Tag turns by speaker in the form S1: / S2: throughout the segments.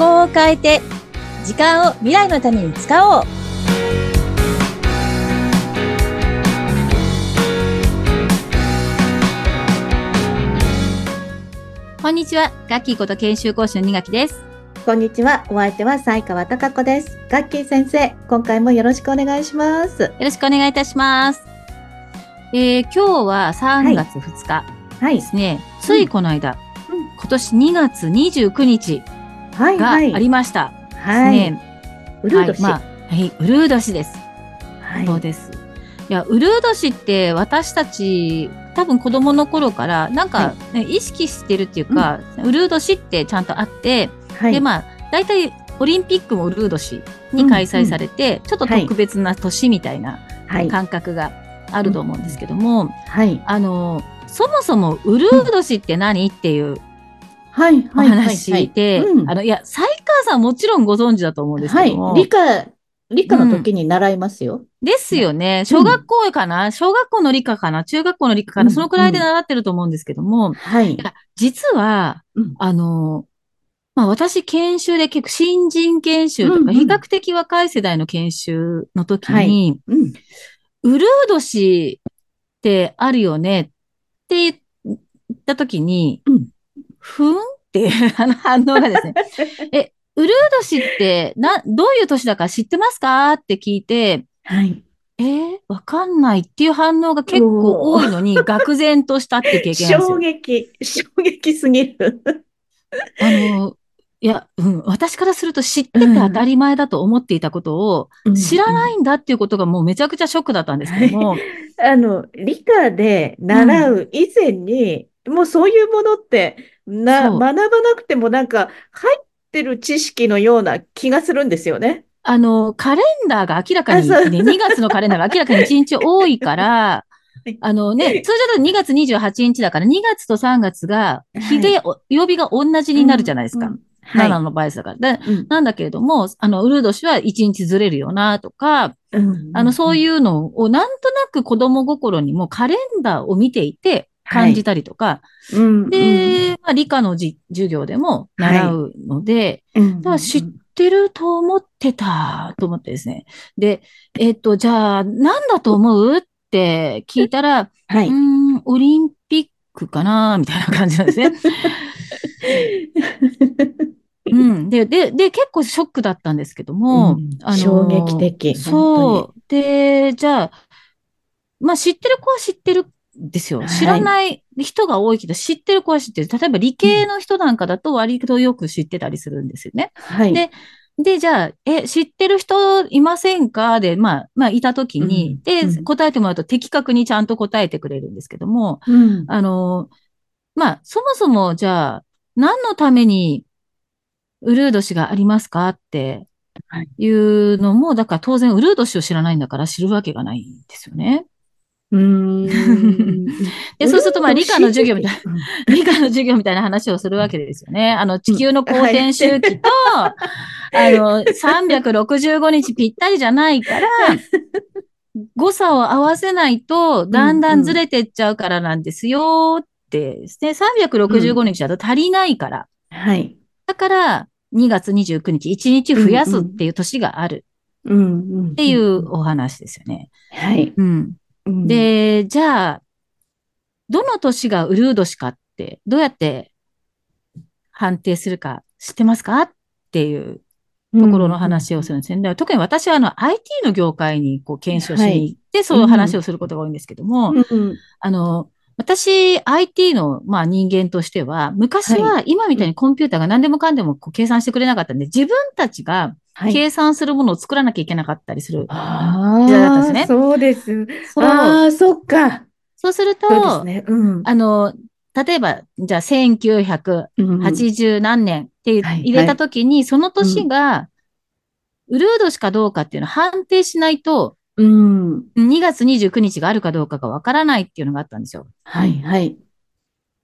S1: を変えて、時間を未来のために使おう。こんにちは、ガッキーこと研修講師の二垣です。
S2: こんにちは。お相手は西川貴子です。ガッキー先生、今回もよろしくお願いします。
S1: よろしくお願いいたします。えー今日は3月2日
S2: はい
S1: で。すね。ついこの間、
S2: うん
S1: 今年2月29日
S2: はい、
S1: があ
S2: はい。
S1: りました。で
S2: は
S1: す
S2: い。
S1: ね。
S2: うるう年。
S1: はい、まあ、はい、うるう年です。
S2: はい
S1: そうです。いや、うるう年って私たち、多分子供の頃から、なんか
S2: は、
S1: ね意識してるっていうか、うるう年ってちゃんとあって、
S2: はい。
S1: で、まあ、大体オリンピックもうるう年に開催されて、ちょっと特別な年みたいな
S2: はい。
S1: 感覚があると思うんですけども、
S2: はい。
S1: あの、そもそもうるう年って何っていう
S2: はい。
S1: お
S2: はい。
S1: 話で、
S2: うん
S1: あの、いや、西川さんもちろんご存知だと思うんです
S2: は
S1: け
S2: い
S1: ども。。
S2: 理科、理科の時に習いますよ。
S1: ですよね。小学校かな、小学校の理科かな中学校の理科かな、
S2: うん
S1: そのくらいで習ってると思うんですけども、
S2: はい
S1: い。や実は、
S2: うん
S1: あの、まあ私研修で結構新人研修と
S2: うんう
S1: か、
S2: ん
S1: 比較的若い世代の研修の時に、
S2: はうん。
S1: うるう年ってあるよねって言った時に、
S2: うん
S1: ふんって あの反応が ですね、え、うるう年ってな、どういう年だか知ってますかって聞いて、
S2: はい。
S1: えー、わかんないっていう反応が結構多いのに、愕然としたって経験なんですよ。
S2: 衝撃、衝撃すぎる。。
S1: あの、いや、うん、私からすると知ってて当たり前だと思っていたことを、知らないいんだっていうことがもうめちゃくちゃショックだったんですけども、
S2: あの、理科で習う以前に、もうそういうものって、な、
S1: そう
S2: 学ばなくてもなんか入ってる知識のような気がするんですよね。
S1: あの、カレンダーが明らかに、ね、
S2: あそう
S1: 2月のカレンダーが明らかに1日多いから
S2: はい、
S1: あのね、通常だと2月28日だから、2月と3月が、日で、お曜日が同じになるじゃないですか。
S2: うんうんはい。
S1: 7の倍だから。で
S2: うん
S1: なんだけれども、あの、ウルード氏は1日ずれるよな、とか、
S2: うん
S1: あの、そう
S2: う
S1: いうのをなんとなく子供心にもカレンダーを見ていて感じたりとか、
S2: ん、うん、
S1: で、まあ、理科のじ授業でも習うので、
S2: うん、
S1: だから知ってると思ってたと思ってですね。で、えっと、じゃあ、なんだと思うって聞いたら、う
S2: は
S1: ー
S2: い。
S1: ん、オリンピックかなみたいな感じなんで すね。うん。で、で、で、結構ショックだったんですけども、
S2: うん
S1: あの
S2: 衝撃的
S1: そ
S2: 本
S1: う。で、じゃあ、まあ知ってる子は知ってるんですよ。
S2: はい
S1: 知らない人が多いけど、知ってる子は知ってる。例えば理系の人なんかだと割とよく知ってたりするんですよね。
S2: はい。
S1: でで、じゃあ、え、知ってる人いませんかで、まあ、まあ、いたときに、
S2: うん
S1: で、
S2: うん
S1: 答えてもらうと的確にちゃんと答えてくれるんですけども、
S2: うん、
S1: あの、まあ、そもそも、じゃあ、何のために、ウルード氏がありますかって
S2: はい
S1: いうのも、だから当然、ウルード氏を知らないんだから知るわけがないんですよね。
S2: うーん。
S1: で、そうすると、まあ、理科の授業みたい
S2: な。
S1: な、理科の授業みたいな話をするわけですよね。あの、地球の公転周期と、あの、365日ぴったりじゃない から、誤差を合わせないと、だんだんずれてっちゃうからなんですよってですね。365日だと足りないから。
S2: はい。
S1: だから、2月29日、1日増やすっていう年がある
S2: うん、うん。っ
S1: っていう。お話ですよね。
S2: はい。
S1: うん。
S2: うん、
S1: で、じゃあ、どの年がウルー年かって、どうやって判定するか知ってますかっていう
S2: と
S1: ところの話をするんですね。だから特に私はあの IT の業界にこう検証し
S2: はい
S1: に行って、そういう話をすることが多いんですけども、
S2: うん。うん、
S1: あの、私、IT の、まあ、人間としては、昔は今みたいにコンピューターが何でもかんでもこう計算してくれなかったんで、自分たちが
S2: はい。
S1: 計算するものを作らなきゃいけなかったりする。
S2: あ
S1: 時代だったんです
S2: あ、
S1: ね
S2: そうです。
S1: そう
S2: ああ、そっか。
S1: そうすると、
S2: そうですね。うん。
S1: あの、例えば、じゃあ1980
S2: うん
S1: 何年って
S2: はい
S1: 入れたときに、その年が、ウルードしかどうかっていうのを判定しないと、
S2: うん。
S1: 2月29日があるかどうかがわからないっていうのがあったんですよ。
S2: はい、はい。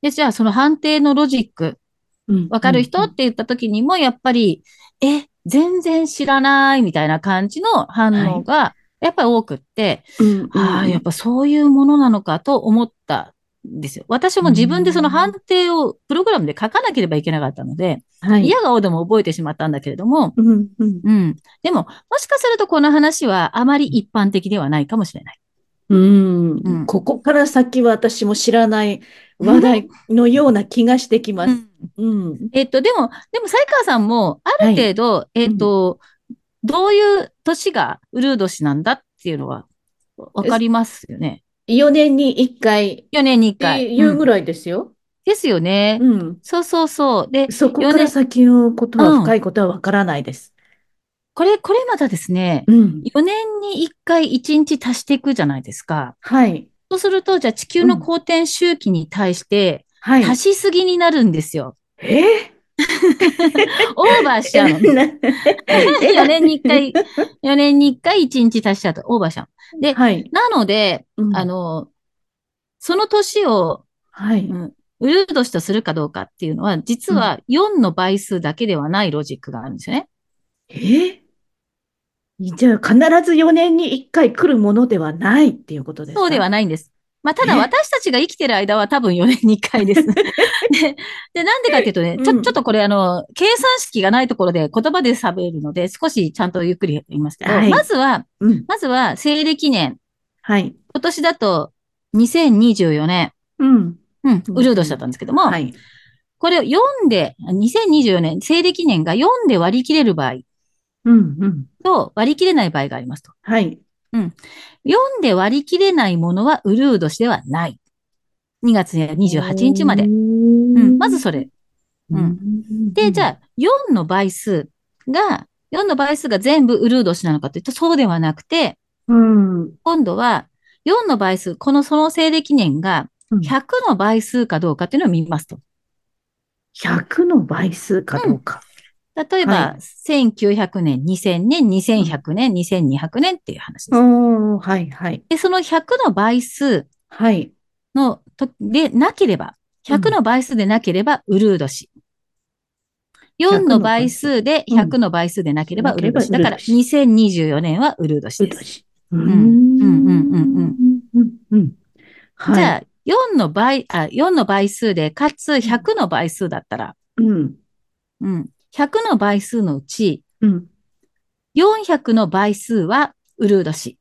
S1: で、じゃあその判定のロジック
S2: うん
S1: わかる人っ
S2: うん
S1: て言った時にも、やっぱり、え、全然知らないみたいな感じの反応が、やっぱり多くって、
S2: うん、うん
S1: ああ、やっぱそういうものなのかと思ったですよ。私も自分でその判定をプログラムで書かなければいけなかったので、
S2: はい。
S1: 嫌顔でも覚えてしまったんだけれども、
S2: うん、うん。
S1: うん。でも、もしかするとこの話はあまり一般的ではないかもしれない。
S2: うん
S1: うん
S2: ここから先は私も知らない話題のような気がしてきま
S1: う
S2: す。
S1: ん
S2: うん。
S1: えっと、でも、でも、才川さんも、ある程度、えっと、どういう年がウルー年なんだっていうのは、わかりますよね。
S2: 4年に1回
S1: 4年に1
S2: って
S1: 回。
S2: いうぐ
S1: うん
S2: らいですよ。
S1: ですよね。
S2: うん。
S1: そうそうそう。で、
S2: そこ
S1: 四
S2: から
S1: 年
S2: 先のこと
S1: うん
S2: は深いことはわからないです。
S1: これ、これまたですね、
S2: うん。
S1: 4年に1回1日足していくじゃないですか。
S2: はい。
S1: そうすると、じゃあ地球
S2: う
S1: の
S2: ん
S1: 公転周期に対して、
S2: はい。
S1: 足しすぎになるんですよ。
S2: え
S1: オーバーしちゃうの。4
S2: ?4
S1: 年に1回、4年に1回1日足しちゃうと、オーバーしちゃう。で、
S2: はい。
S1: なので、
S2: うん
S1: あ、の、その年を、
S2: はい。
S1: うん、ウルー年とするかどうかっていうのは、実は4の倍数だけではないロジックがあるんですよね。
S2: えじゃあ必ず4年に1回来るものではないっていうことですか
S1: そうではないんです。まあ、ただ
S2: え
S1: 私たちが生きてる間は多分4年に1回 です。で、でなんでかっていうとね、ち
S2: う
S1: ょ、
S2: ん
S1: ちょっとこれあの、計算式がないところで言葉で喋るので、少しちゃんとゆっくり言いますけど、
S2: はい
S1: まずは、
S2: うん。
S1: まずは西暦年、
S2: はい。
S1: 今年だと2024年、
S2: うん。
S1: うん、ウルー年だったんですけども、
S2: はい。
S1: これを4で、2024年、西暦年が4で割り切れる場合
S2: うん。うん。
S1: と割り切れない場合がありますと。
S2: はい。
S1: 4で割り切れないものはウルー年ではない。2月28日まで。
S2: う
S1: うん、まずそれ。うん
S2: ん
S1: で、じゃあ、4の倍数が、4の倍数が全部ウルー年なのかというと、そうではなくて、
S2: うん。
S1: 今度は、4の倍数、このその西暦年が、100の倍数かどうかっていうのを見ますと。
S2: 100の倍数かどうか。
S1: 例えば
S2: は、い
S1: 1900年、2000年、2100年、2200年っていう話です。
S2: おー、はい、はい。
S1: で、その100の倍数
S2: はい。
S1: のと、で、なければ、100の倍数でなければ、ウルー年。
S2: 100
S1: 4の倍数で、
S2: うん
S1: 100の倍数でなければ、ウルー年。
S2: な
S1: だ
S2: ければ
S1: か
S2: ウ
S1: ら、
S2: ルー年
S1: 2024年はウルー年
S2: う
S1: です。
S2: うん
S1: うんうんうん
S2: うん。うん。はい。
S1: じゃあ、4の倍、あ、4の倍数で、かつ100の倍数だったら、
S2: うん。
S1: うん。100の倍数のうち、
S2: うん。
S1: 400の倍数は、ウルー年。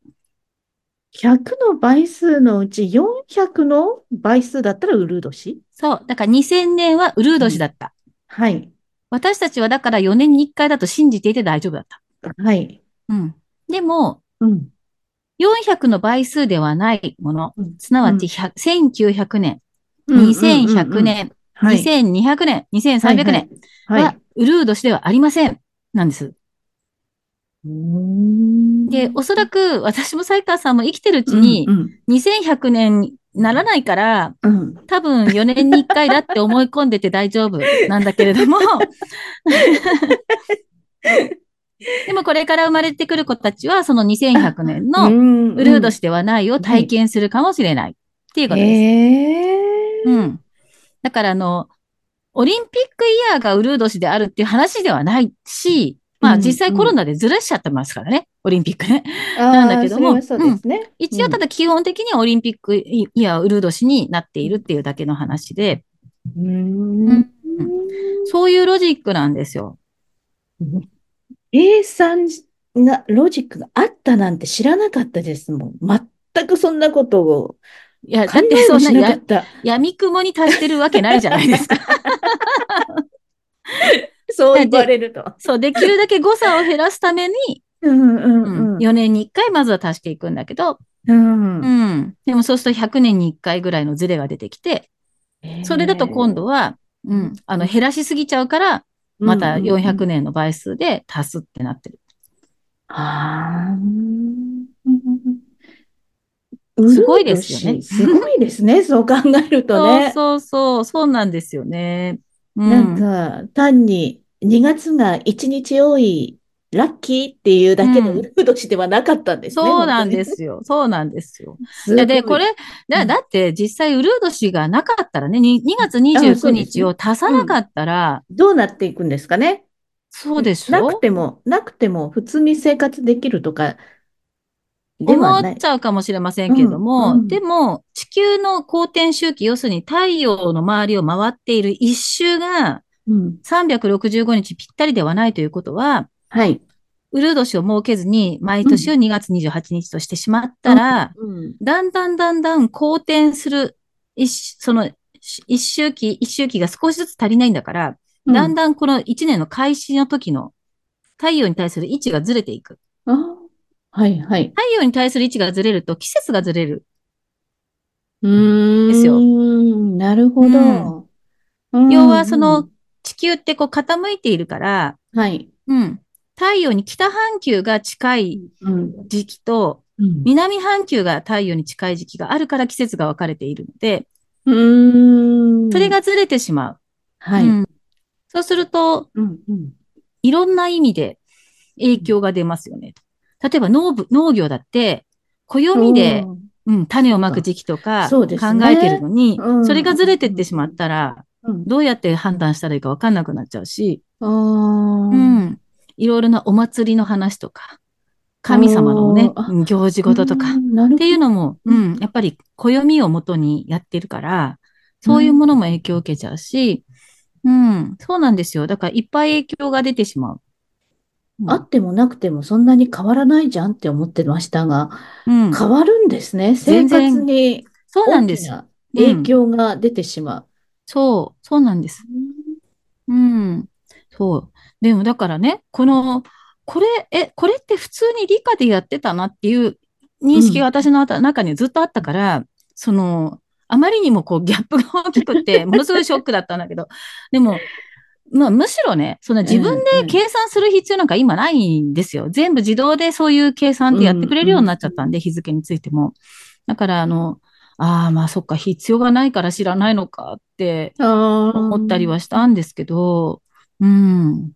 S2: 100の倍数のうち400の倍数だったらウルー年
S1: そう。だから2000年はウルー年だった。
S2: はい。
S1: 私たちはだから4年に1回だと信じていて大丈夫だった。
S2: はい。
S1: うん。でも、
S2: うん。
S1: 400の倍数ではないもの、
S2: うん
S1: すなわち100 1900年、
S2: うんうんうんう
S1: 2100
S2: ん
S1: 年、
S2: はい
S1: 2200年、2300年
S2: はい。はい
S1: はウルー年ではありません。なんです。
S2: うーん
S1: で、おそらく私も才川さんも生きてるうちに
S2: うんうん
S1: 2100年にならないから、
S2: うん
S1: 多分4年に1回だって思い込んでて大丈夫なんだけれど も。でもこれから生まれてくる子たちは、その2100年
S2: う
S1: の
S2: んうん
S1: ウルー年ではないを体験するかもしれないっていうことです。
S2: へー
S1: うん。だから、あの、オリンピックイヤーがウルー年であるっていう話ではないし、ま
S2: う
S1: あ
S2: ん
S1: 実際コロナでずらしちゃってますからね、オリンピックね。なんだけども
S2: あーそれはそうですね。
S1: 一応ただ基本的にはオリンピックイヤーウルー年になっているっていうだけの話で、
S2: うーん
S1: うんそういうロジックなんですよ。
S2: 計算なロジックがあったなんて知らなかったですもん。全くそんなことを
S1: いや、
S2: 考
S1: だっ
S2: え
S1: てそ
S2: も
S1: ん
S2: し
S1: な
S2: なか
S1: や
S2: った。
S1: 闇雲に達してるわけないじゃないですか。
S2: そう言われると。
S1: そう、できるだけ誤差を減らすために、
S2: うんう
S1: うんん、4年に1回まずは足していくんだけど、
S2: うん
S1: う。ん。でもそうすると100年に1回ぐらいのズレが出てきて、
S2: うん
S1: それだと今度は、う
S2: うん
S1: ん、あの、減らしすぎちゃうから、また400。年の倍数で足すってなってる。
S2: ああ。
S1: すごいですよね
S2: うるうるしすごいですね。そう考えるとね。
S1: そうそうそう、そうなんですよね。う
S2: なん
S1: ん。
S2: か、単に2月が1日多い、ラッキーっていうだけの
S1: うん
S2: ウルフ年ではなかったんですね。。
S1: そうなんですすよ。そうなんですよ。
S2: すごい
S1: で、これ、
S2: う
S1: だ
S2: ん
S1: だって実際、ウルー年がなかったらね、に2月29日を足さなかったら、
S2: どうなっていくんですかね。
S1: そうでし
S2: なく
S1: ょ
S2: ても、なくても、普通に生活できるとか、では
S1: 思
S2: な
S1: っ
S2: い
S1: ち。ゃうかもしれませんけれど
S2: うんう
S1: も、
S2: ん
S1: でも、地球の公転周期、要するに太陽の周りを回っている一周が
S2: うん。
S1: 365日ぴったりではないということは、
S2: はい。
S1: ウルー年を設けずに毎年を2月28日としてしまったら、
S2: うん。
S1: だんだんだんだん公転する一周、その一周期、一周期が少しずつ足りないんだから、だんだんこの1年の開始の時の太陽に対する位置がずれていく。
S2: あーはい、はい。
S1: 太陽に対する位置がずれると季節がずれる。
S2: うーん。
S1: ですよ
S2: なるほど。うん
S1: 要はその、地球ってこう傾いているから、
S2: うんはい。
S1: うん。太陽に北半球が近い
S2: うん。
S1: 時期と、
S2: うん。
S1: 南半球が太陽に近い時期があるから季節が分かれているので、
S2: うーん。
S1: それ、がずれてしまう。
S2: はい。
S1: うんそうすると、
S2: うん、うん。
S1: いろんな意味で影響が出ますよね。例えば農部農業だって、暦で、うん、種をまく時期とか
S2: そ
S1: 考
S2: うですね
S1: えてるのに、
S2: うん
S1: それがずれてってしまったら、
S2: うん、
S1: どうやって判断したらいいか分かんなくなっちゃうし、
S2: あー
S1: うん。いろいろなお祭りの話とか、神様のね
S2: おー、
S1: うん行事事とか、
S2: う
S1: っ
S2: んなるほど
S1: ていうのも、うん、やっぱり暦を元にやってるから、そういうものも影響を受けちゃうし、うん、そうなんですよ。だからいっぱい影響が出てしまう。うん
S2: あってもなくてもそんなに変わらないじゃんって思ってましたが、
S1: うん、
S2: 変わるんですね。生
S1: 全然
S2: 活に
S1: そうなん
S2: 大
S1: で
S2: き
S1: す。
S2: な
S1: うん
S2: 影響が出てしま
S1: そう、そうなんです
S2: う。。
S1: うん、そう。でもだからね、この、これ、え、これって普通に理科でやってたなっていう認識が私のあた中にずっとあったから、その、あまりにもこうギャップが大きくて、ものすごいショックだったんだけど、でも、まあむしろね、そんな自分
S2: うんう
S1: で
S2: ん
S1: 計算する必要なんか今ないんですよ。全部自動でそういう計算ってやってくれるようになっちゃったんで、日付についても。だから、あの、ああ、まあそっか、必要がないから知らないのかって、
S2: あー
S1: 思ったりはしたんですけど、うん。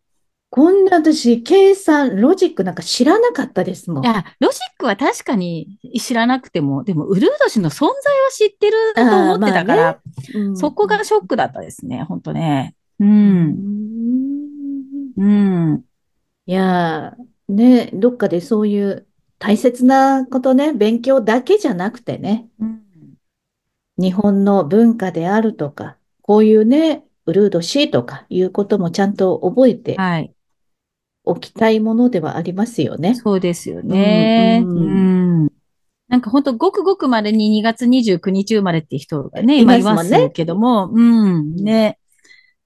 S2: こんな私、計算、ロジックなんか知らなかったですもん。
S1: いや、ロジックは確かに知らなくても、でも、ウルード氏の存在は知ってると思ってたか
S2: あーまあ
S1: ら、
S2: うん
S1: そこがショックだったですね、本当ね。う。
S2: うんん
S1: うん。
S2: いやー、ね、どっかでそういう大切なことね、勉強だけじゃなくてね、
S1: うん。
S2: 日本の文化であるとか、こういうね、ウルードシーとかいうこともちゃんと覚えて
S1: はい。
S2: おきたいものではありますよね。
S1: そうですよね。
S2: う
S1: うんん。
S2: うん
S1: なんか本当ごくごくまでに2月29日生まれって人がね、
S2: いま
S1: 今
S2: す
S1: い
S2: もんね
S1: ますけども、うん、ね。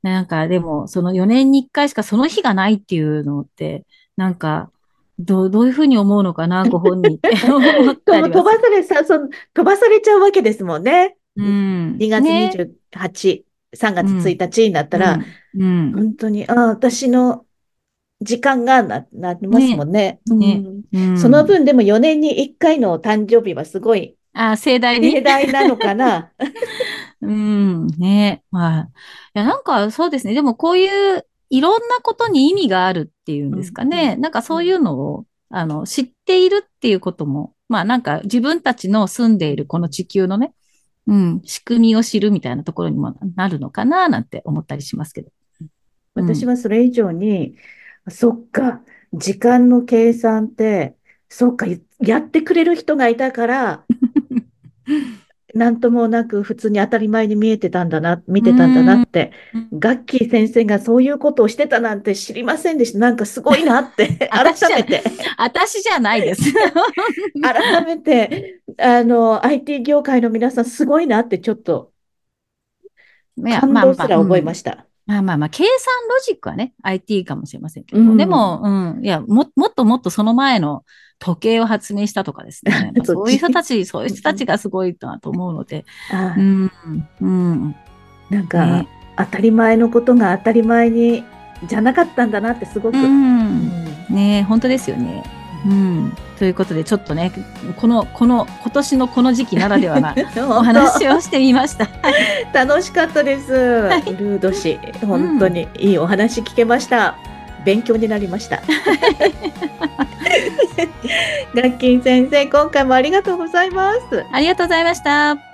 S1: なんかでも、その4年に1回しかその日がないっていうのって、なんか、どう、どういうふうに思うのかな、ご本人って 思っ
S2: と
S1: たりはする。
S2: 飛ばされさ、その、飛ばされちゃうわけですもんね。
S1: うん。
S2: 2月28、3月1日になったら、、
S1: うん。うん
S2: 本当に、ああ、私の時間がな、なりますもんね。
S1: ね
S2: うん
S1: うん
S2: その、分でも4年に1回の誕生日はすごい
S1: あ、盛大に
S2: 盛。大なのかな。
S1: うん、ね。まあ。いや、なんかそうですね。でもこういういろんなことに意味があるっていうんですか
S2: うん
S1: ね。なんかそういうのを、あの、知っているっていうことも、まあなんか自分たちの住んでいるこの地球のね、うん、仕組みを知るみたいなところにもなるのかななんて思ったりしますけど。 うん
S2: 私はそれ以上に、そっか、時間の計算って、そっか、やってくれる人がい たから、なんともなく普通に当たり前に見えてたんだな、見てたんだなって、ガッキー先生がそういうことをしてたなんて知りませんでした。なんかすごいな って、改
S1: 私じゃ
S2: めて、
S1: 私じゃない です。
S2: 改めて、あの、IT 業界の皆さんすごいなってちょっと
S1: いや
S2: 感動すら覚えました。
S1: まあまあまあ、計算ロジックはね、IT かもしれませんけど
S2: うん
S1: も、でも、うん、いや、も、もっともっとその前の時計を発明したとかですね。やっぱ
S2: そっ
S1: そう
S2: ち
S1: いう人たち、そういう人たちがすごいなと思うので、
S2: あ
S1: う
S2: あ
S1: ん、うん、
S2: なんか
S1: ね、
S2: 当たり前のことが当たり前に、じゃなかったんだなってすごく。
S1: うん、ね本当ですよね。うん。ということで、ちょっとね、この、この、今年のこの時期ならでは なお
S2: お
S1: 話をしてみました。
S2: 楽しかったです。ルード氏、本当にいいお話聞けました。勉強になりま した。ガッキン先生、今回もありがとうございます。
S1: ありがとうございました。